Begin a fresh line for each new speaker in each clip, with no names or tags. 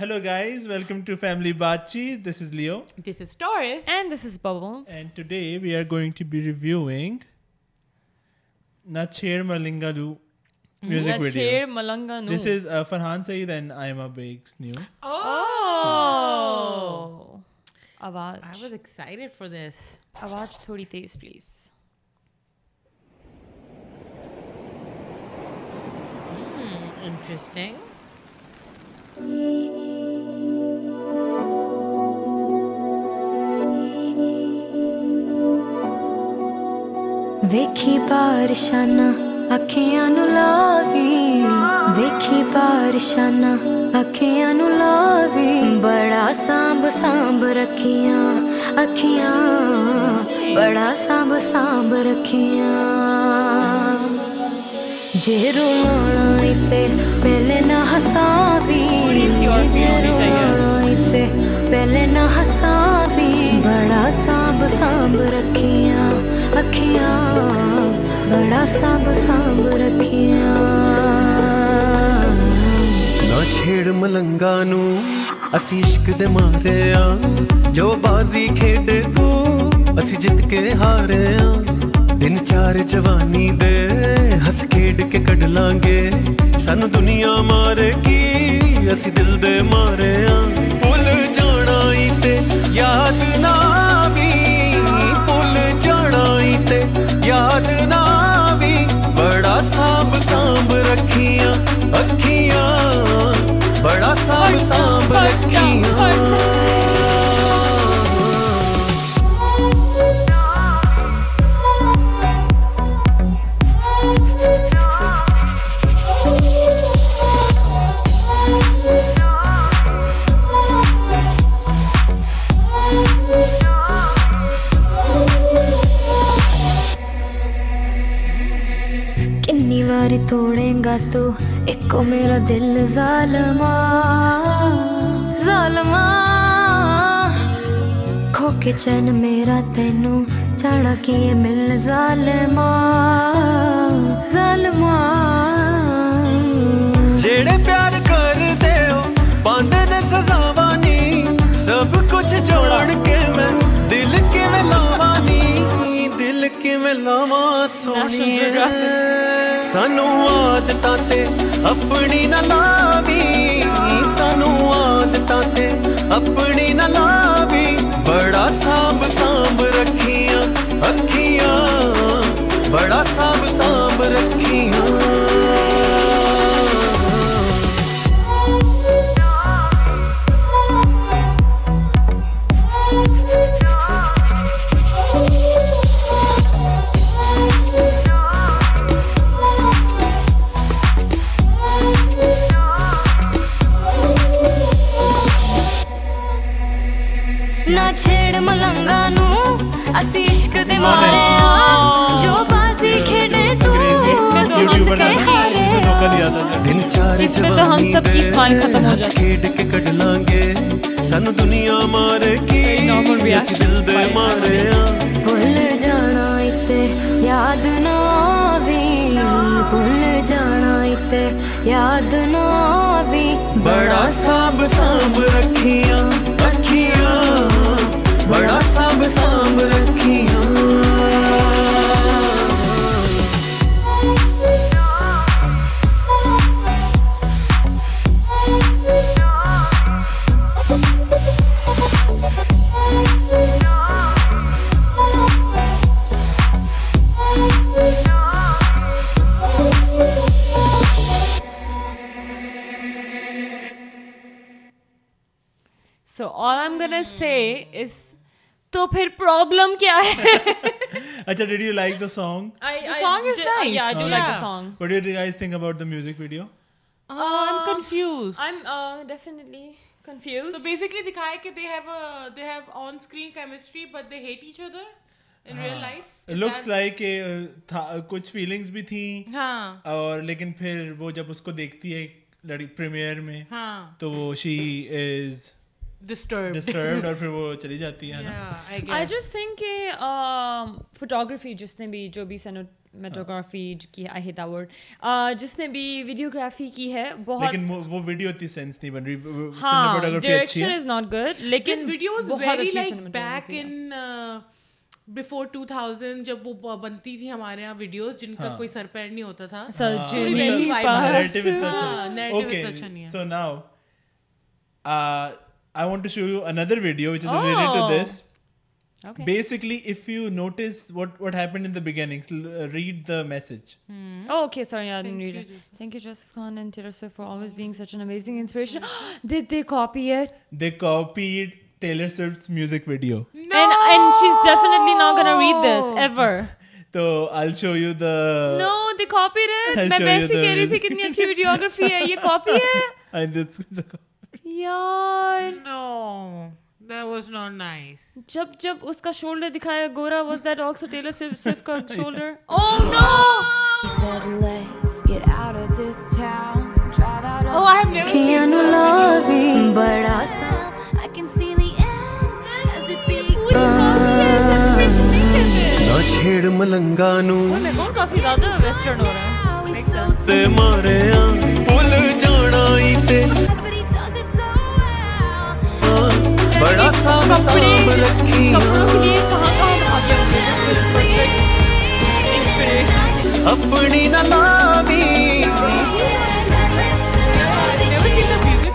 Hello guys welcome to family بات چیت this is Leo
this is Taurus
and this is Bubbles
and today we are going to be reviewing نا چھیڑ ملنگالو music video
چھیڑ ملنگا نو
this is Farhan Saeed and I am a بیگس نیو
Oh!
او آواز
واز ایکسائٹیڈ فار دس
آواز تھوڑی تیز پلیز
انٹرسٹنگ
ਵੇਖੀ ਬਾਰਿਸ਼ਾਂ ਨਾ ਅੱਖੀਆਂ ਨੂੰ ਲਾਵੀ ਵੇਖੀ ਬਾਰਿਸ਼ਾਂ ਨਾ ਅੱਖੀਆਂ ਨੂੰ ਲਾਵੀ ਬੜਾ ਸਾਂਭ ਸਾਂਭ ਰੱਖੀਆਂ ਅੱਖੀਆਂ ਬੜਾ ਸਾਂਭ ਸਾਂਭ ਰੱਖੀਆਂ ਜੇ ਰੋਣਾ ਈ ਤੇ ਪਹਿਲੇ ਨਾ ਹਸਾਵੀ
اور بھی
ਜੇ
ہونی چاہیے۔
ਰੋਣਾ ਈ ਤੇ ਪਹਿਲੇ ਨਾ ਹਸਾਵੀ ਬੜਾ ਸਾਂਭ ਸਾਂਭ ਰੱਖੀਆਂ ਅੱਖੀਆਂ ਬੜਾ ਸਾਂਭ ਸਾਂਭ ਰੱਖੀਆਂ
ਨਾ ਛੇੜ ਮਲੰਗਾ ਨੂੰ ਅਸੀਂ ਇਸ਼ਕ ਦੇ ਮਾਰੇ ਆ ਜੋ ਬਾਜ਼ੀ ਖੇਡ ਤੂੰ ਅਸੀਂ ਜਿੱਤ ਕੇ ਹਾਰੇ ਆ ਦਿਨ ਚਾਰ ਜਵਾਨੀ ਦੇ ਹੱਸ ਖੇਡ ਕੇ ਕੱਢ ਲਾਂਗੇ ਸਾਨੂੰ ਦੁਨੀਆ ਮਾਰ ਕੀ ਅਸੀਂ ਦਿਲ ਦੇ ਮਾਰੇ ਆ ਭੁੱਲ ਜਾਣਾ ਈ ਤੇ ਯਾਦ ਨਾ ਵੀ ਭੁੱਲ ਜਾਣਾ ਈ ਤੇ ਯਾਦ ਨਾ ਵੀ ਬੜਾ ਸਾਂਭ ਸਾਂਭ ਰੱਖੀਆਂ ਅੱਖੀਆਂ ਬੜਾ ਸਾਂਭ ਸਾਂਭ ਰੱਖੀਆਂ
ਕਿੰਨੀ ਵਾਰੀ ਤੋੜੇਂਗਾ ਤੂੰ ਇੱਕੋ ਮੇਰਾ ਦਿਲ ਜ਼ਾਲਮਾ ਜ਼ਾਲਮਾ ਖੋ ਕੇ ਚੈਨ ਮੇਰਾ ਤੈਨੂੰ ਚੜਾ ਕੇ ਇਹ ਮਿਲ ਜ਼ਾਲਮਾ ਜ਼ਾਲਮਾ
ਜਿਹੜੇ ਪਿਆਰ ਕਰਦੇ ਹੋ ਪਾਉਂਦੇ ਨੇ ਸਜ਼ਾਵਾਂ ਨਹੀਂ ਸਭ ਕੁਝ ਜੋੜ ਕੇ ਮੈਂ ਦਿਲ ਕਿਵੇਂ ਲਾਵਾਂ ਨੀ ਦਿਲ ਕਿਵੇਂ ਲਾਵਾਂ ਸੋਹਣੀਏ ਸਾਨੂੰ ਆਦਤਾਂ ਤੇ ਆਪਣੀ ਨਾ ਲਾਵੀ ਸਾਨੂੰ ਆਦਤਾਂ ਤੇ ਆਪਣੀ ਨਾ ਲਾਵੀ ਬੜਾ ਸਾਂਭ ਸਾਂਭ ਰੱਖੀਆਂ ਅੱਖੀਆਂ ਬੜਾ ਸਾਂਭ ਸਾਂਭ ਰੱਖੀਆਂ
ਨਾ ਛੇੜ ਮਲੰਗਾ ਨੂੰ ਅਸੀਂ ਇਸ਼ਕ ਦੇ ਮਾਰੇ ਆ ਜੋ ਬਾਜ਼ੀ ਖੇਡੇ ਤੂੰ ਅਸੀਂ ਜਿੱਤ ਕੇ ਹਾਰੇ ਆ
ਦਿਨ ਚਾਰ
اس میں تو ہم
ਜਵਾਨੀ
سب کی
ਦੇ
smile ختم ہو
ਹੱਸ
جاتی
ਖੇਡ ਕੇ ਕੱਢ ਲਾਂਗੇ ਸਾਨੂੰ ਦੁਨੀਆ ਮਾਰ ਕੀ
normal reaction
ਅਸੀਂ ਦਿਲ ਦੇ
by-
ਮਾਰੇ ਆ
ਭੁੱਲ ਜਾਣਾ ਇਤੇ ਯਾਦ ਨਾ ਆਵੀ ਭੁੱਲ ਜਾਣਾ ਇਤੇ ਯਾਦ ਨਾ ਆਵੀ
ਬੜਾ ਸਾਂਭ ਸਾਂਭ ਰੱਖੀਆਂ ਅੱਖੀਆਂ ਬੜਾ ਸਾਂਭ ਸਾਂਭ ਰੱਖੀਆਂ
سو آل آئی ایم گونا سے اس تو پھر پرابلم کیا ہے
اچھا did you like the song
song is nice.
I do like the song
what did you guys think about the music video
Oh,
Oh,
Um,
confused
I am definitely confused
Uh, So basically, دکھائے کہ they have a they have on-screen chemistry, but they hate each other in real life. Is
looks
that-
like uh, کچھ feelings بھی تھیں
ہاں
اور لیکن پھر وہ جب اس کو دیکھتی ہے لڑکی پریمیئر میں
ہاں
تو وہ شی از
ڈسٹرب
ڈسٹربڈ اور پھر وہ چلی جاتی ہے نا
eh, um,
I just think کہ فوٹوگرافی جس نے بھی جو بھی میٹوگرافی کی آئی ہیٹ ورڈ
Uh,
جس نے بھی ویڈیوگرافی کی ہے بہت
لیکن وہ ویڈیو اتنی سینس نہیں بن رہی
ہاں
فوٹوگرافی اچھی
ڈائریکشن
ہے
از ناٹ گڈ لیکن
ویڈیو
بہت
ویری
اچھی
لائک بیک
cinematography ہے۔
ان بفور ٹو تھاؤزینڈ جب وہ ب- بنتی تھی ہمارے یہاں ویڈیوز جن کا کوئی سر پیر نہیں ہوتا
ہاں،
تھا
سرجری
really vibrant.
پاس
narrative اتنا اچھا
ہاں،
نہیں۔
narrative
Okay,
اتنا اچھا نہیں ہے۔
so now, uh, I want to show you another video which is related to
Oh.
this.
Okay.
Basically, if you notice what what happened in the beginning, l- uh, read the message.
Okay sorry I didn't read thank you Joseph Kahn and Taylor Swift for always being such an amazing inspiration did they copy it
They copied Taylor Swift's music video.
and and she's definitely not gonna read this ever
So I'll show you the.
no they copied it
I'll
میں
show you
ویسے
the
کہہ رہی تھی
music.
کتنی اچھی videography ہے یہ copy ہے
I did-
یار
no that was not nice
جب جب اس کا شولڈر دکھایا گورا was that also Taylor Swift کا shoulder oh no
said, let's get out of this town. Drive out of
oh I have never
Keanu Lavi بڑا سا I can see the end as it
پوری copy ہے interpretation نہیں کرتے
ਨਾ ਛੇੜ ਮਲੰਗਾ ਨੂੰ
میں کون کافی زیادہ ویسٹرن ہو رہا ہے
How he suits
ਤੇ ਮਾਰਿਆ ਭੁੱਲ ਜਾਣਾ ਈ ਤੇ
it but he does it so well
ਬੜਾ ਸਾਂਭ ਸਾਂਭ
کپڑوں کے لیے
ਰੱਖੀਆਂ
کہاں کہاں بھاگ
ਆਪਣੀ ਨਾ ਲਾਵੀ
میوزک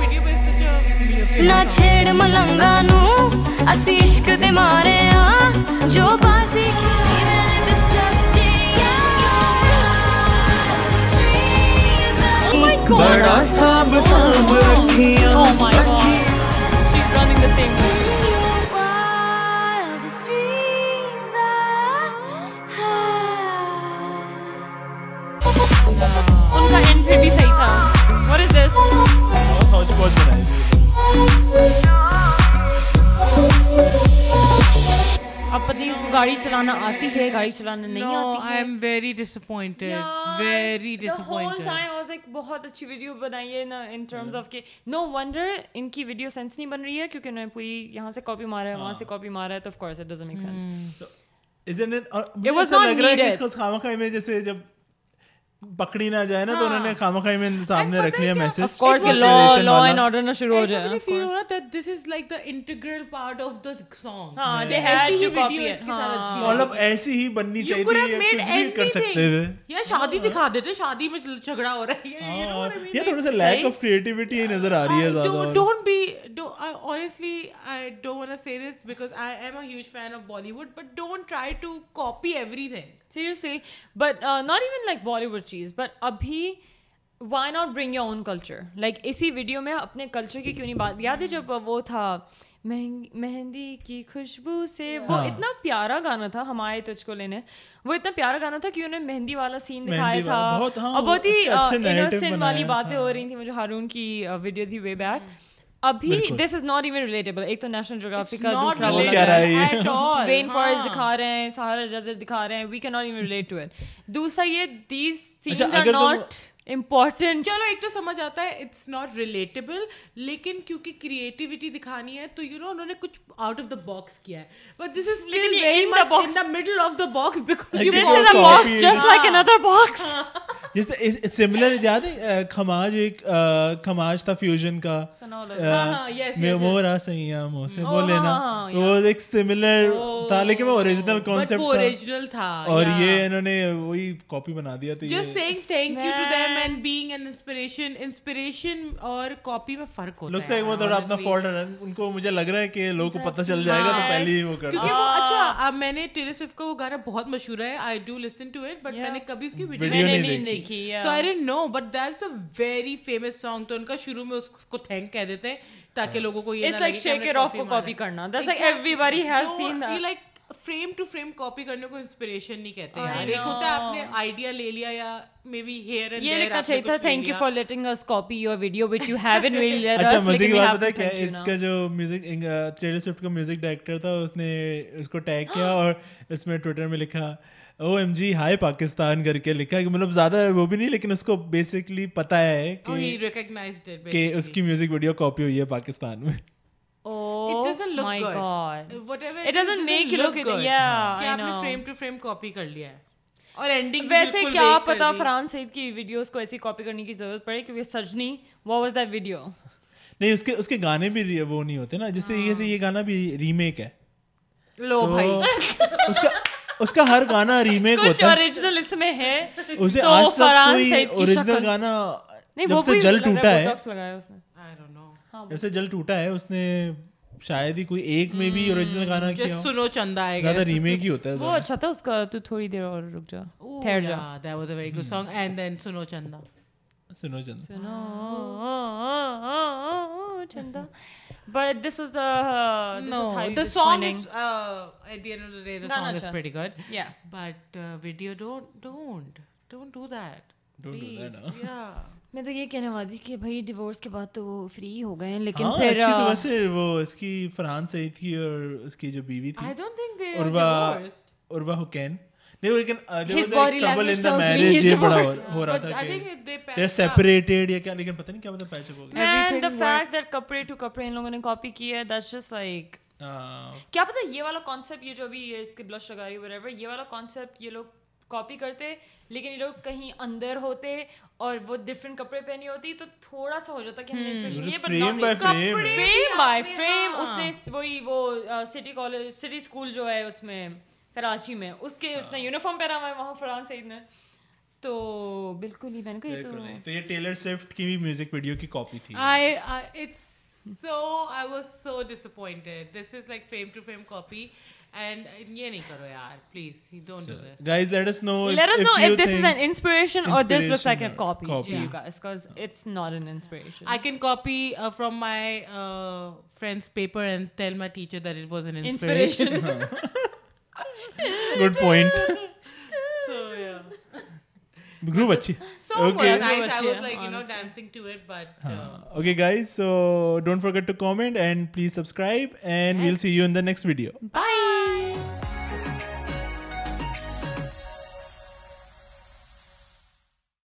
ویڈیو پہ سچ
ਨਾ ਛੇੜ ਮਲੰਗਾ ਨੂੰ ਅਸੀਂ ਇਸ਼ਕ ਦੇ ਮਾਰੇ ਆ ਜੋ ਬਾਜ਼ੀ Oh
ਬੜਾ ਸਾਂਭ ਸਾਂਭ ਰੱਖੀਆਂ
Oh my God.
ਰੱਖੀਆਂ
ان کا اینڈ پہ بھی صحیح تھا what is this
बहुत- बहुत बनाया है।
اب پتہ نہیں اس کو گاڑی چلانا آتی ہے گاڑی چلانا نہیں
نو
آتی
I am very disappointed very disappointed
بہت اچھی ویڈیو بنائی ہے نا ان ٹرمز آف کہ نو ونڈر ان کی ویڈیو سینس نہیں بن رہی ہے کیونکہ انہوں نے پوری یہاں سے کاپی مارا ہے وہاں سے کاپی مارا ہے تو of course it doesn't make sense
Isn't it? uh, اور مجھے
It was
ایسا
not
لگ رہا ہے
needed.
کہ خامہ خواہ میں جیسے جب پکڑی نہ جائے نا تو انہوں نے خامہ خواہ میں سامنے رکھ لیا
آف کورس کہ لا لا اینڈ آرڈر نہ شروع ہو جائے of course.
This is like the integral part of the song
ہاں they had to copy it ہاں
مطلب ایسی ہی بننی چاہیے تھی یہ کچھ بھی کر سکتے تھے
یا شادی دکھا دیتے شادی میں جھگڑا ہو رہا
Oh,
ہے
یہ تھوڑا سا لیک آف کریٹیوٹی نظر آ رہی ہے زیادہ
don't be honestly I don't say this because I am a huge fan of Bollywood but don't try to copy everything
seriously but not even like Bollywood چیز but ابھی why not bring your own culture like اسی video میں اپنے culture کی کیوں نہیں بات یاد ہے جب وہ تھا مہنگ- مہندی کی خوشبو سے وہ اتنا پیارا گانا تھا ہمارے تجھ کو لینے وہ اتنا پیارا گانا تھا کہ انہوں نے مہندی والا سین دکھایا
مہندی
تھا
والا، بہت، ہاں،
اور بہت ہی
اچھے- اچھے narrative
uh, innocent والی
بنایا،
باتیں ہو
ہاں۔
رہی تھیں مجھے ہارون کی ویڈیو تھی وے بیک ابھی this is not even relatable ایک تو نیشنل جیوگرافی کا دوسرا
وہ
والا
کیا رہا ہے یہ؟
رہا
رین
ہاں۔
فارسٹ دکھا رہے ہیں سہارا ڈیزرٹ دکھا رہے ہیں we can not even relate to it دوسرا یہ دیز سینز
اچھا، اگر
آر
تم-
ناٹ امپورٹنٹ
چلو ایک تو سمجھ آتا ہے اٹس ناٹ ریلیٹیبل لیکن کیونکہ کریٹیوٹی دکھانی ہے تو یو نو انہوں نے کچھ آؤٹ آف دا باکس کیا ہے بٹ دس از
لیکن یہ
very
in the
much in
box.
The middle of the box because
Like
you
this
this is a
Copy.
Box
ہاں۔
جسٹ لائک اندر box
جیسے similar یاد ہے کھماج ایک کھماج تھا فیوژن کا میں مورا سیاں مو سے
Oh,
بولے نا تو وہ ایک سملر تھا لیکن وہ اوریجنل
Oh,
بٹ وہ
کانسیپٹ تھا
اوریجنل تھا
اور یہ انہوں نے وہی کاپی بنا دیا تو
جسٹ
یہ
saying thank you to them and being an inspiration inspiration اور کاپی میں فرق
لگس
ہوتا ہے
لائک وہ تھوڑا اپنا فالٹ ان کو مجھے لگ رہا ہے کہ لوگوں کو پتہ چل جائے گا تو پہلے ہی وہ کر
کیونکہ وہ اچھا میں نے ٹیلر سوئفٹ کا وہ گانا بہت مشہور ہے I do listen to it but میں نے کبھی اس کی ویڈیو
ویڈیو
نہیں
نہیں دیکھی
so I didn't know but that's a very famous song تو ان کا شروع میں اس کو تھینک کہہ دیتے ہیں تاکہ لوگوں کو یہ
it's like shake it off کو کاپی کرنا this like everybody has seen
like frame to frame copy کرنے کو انسپریشن نہیں کہتے یار ایک ہوتا ہے آپ نے آئیڈیا لے لیا یا مے بی ہیئر اینڈ
یہ لکھنا چاہیے تھا thank you for letting us copy your video which you have in real
اچھا مزے کی بات پتا کیا اس کا جو میوزک ٹریلر سوئفٹ کا میوزک ڈائریکٹر تھا اس نے اس کو ٹیگ کیا اور اس میں ٹویٹر میں لکھا O M G hi Pakistan کر کے لکھا کہ مطلب زیادہ وہ بھی نہیں لیکن اس کو بیسکلی پتا ہے
ہی
کہ
ریکگنائزڈ اٹ
کہ اس کی میوزک ویڈیو کاپی ہوئی ہے پاکستان میں
Oh,
oh my god
Uh, whatever
It doesn't make you look it- yeah,
کہ
I
آپ نے
know.
frame to frame copy کر لیا ہے اور ending بھی
वैसे
बिल्कुल
क्या
vague कर
पता
दी।
फरहान सईद की वीडियोस को ऐसी कॉपी करने की जरूरत पड़े क्योंकि Sajni what was that video
نہیں اس کے اس کے گانے بھی ری- وہ نہیں ہوتے نا جس طریقے سے یہ گانا بھی ریمیک ہے
لو بھائی
تو اس کا اس کا ہر گانا ریمیک
कुछ
ہوتا ہے
ओरिजिनल इसमें है
اس نے
तो
آج تک
फरहान
کوئی
सईद की
اوریجنल
शक्ल-
گانا
नहीं
جب
वो
سے
भी
جل
लग रहा है
ٹوٹا ہے
Botox लगाया उसने
I don't know.
جب سے جل ٹوٹا ہے اس نے شاید ہی کوئی ایک میں بھی اوریجنل گانا کیا
Hmm، Just
ہو
سنو چندا I
زیادہ
guess.
ریمیک ہی ہوتا ہے
वो
زیادہ۔
अच्छा था उसका तू थोड़ी देर और रुक जा
Ooh,
ठहर जा
yeah, that was a very
Hmm.
good song. And then Suno Chanda.
سنو Chanda
Suno Chanda but this was this was
No,
hi
the song is uh, at the end of the day, the
Gana
song is
acha.
pretty good.
Yeah.
But uh, video, don't, don't, don't do that.
Don't do that,
Please, Yeah.
मैं तो ये कहने वाली थी कि भाई divorce के बाद तो वो फ्री हो गए हैं लेकिन
ہاں اس
फिर
کی تو
अ,
ویسے وہ اس کی فرحان سعید کی اور اس کی جو بیوی تھی
I don't think they are
Urwa
divorced.
عروا حکین نہیں لیکن uh,
His body
trouble
language
in the
tells me
marriage
he's
یہ بڑا ہو-
divorced.
ہو رہا
But
تھا
I
کہ
think they
they're
patched up.
separated یا کیا لیکن پتہ نہیں کیا مطلب پتہ پیچ اپ ہو گیا
and the fact that कपड़े to कपड़े इन लोगों ने कॉपी की है that's just like
ہاں
क्या पता ये वाला कॉन्सेप्ट ये जो भी ये इसके ब्लश लगा रही whatever ये वाला कॉन्सेप्ट ये लोग कॉपी करते लेकिन ये लोग कहीं अंदर होते और वो डिफरेंट कपड़े पहनी होती तो थोड़ा सा हो जाता कि हमने स्पेशल ये but
frame
not
by
it.
Frame
frame by frame
ہاں.
उसने इस- वही वो सिटी कॉलेज सिटी स्कूल जो है उसमें कराची में उसके उसने
ہاں.
यूनिफॉर्म पहना हुआ है वहाँ फरहान सईद ने तो बिल्कुल ही मैंने कहा ये तो
تو یہ ٹیلر سوئفٹ کی بھی میوزک ویڈیو کی کاپی تھی
Ah,
I, I it's so I was so disappointed. This is like frame to frame copy, and ये नहीं करो यार, please, you don't do this.
guys let us know
Let us know
you
if this is
think-
an inspiration or this looks like a
Inspiration or
copy,
copy.
to you guys because it's not an inspiration.
I can copy uh, from my uh, friend's paper and tell my teacher that it was an inspiration.
inspiration.
good point
so yeah,
group اچھی
so
Okay.
was nice. I was
Yeah,
like you know
honestly.
dancing to it, but uh,
okay guys so don't forget to comment and please subscribe and we'll see you in the next video
bye.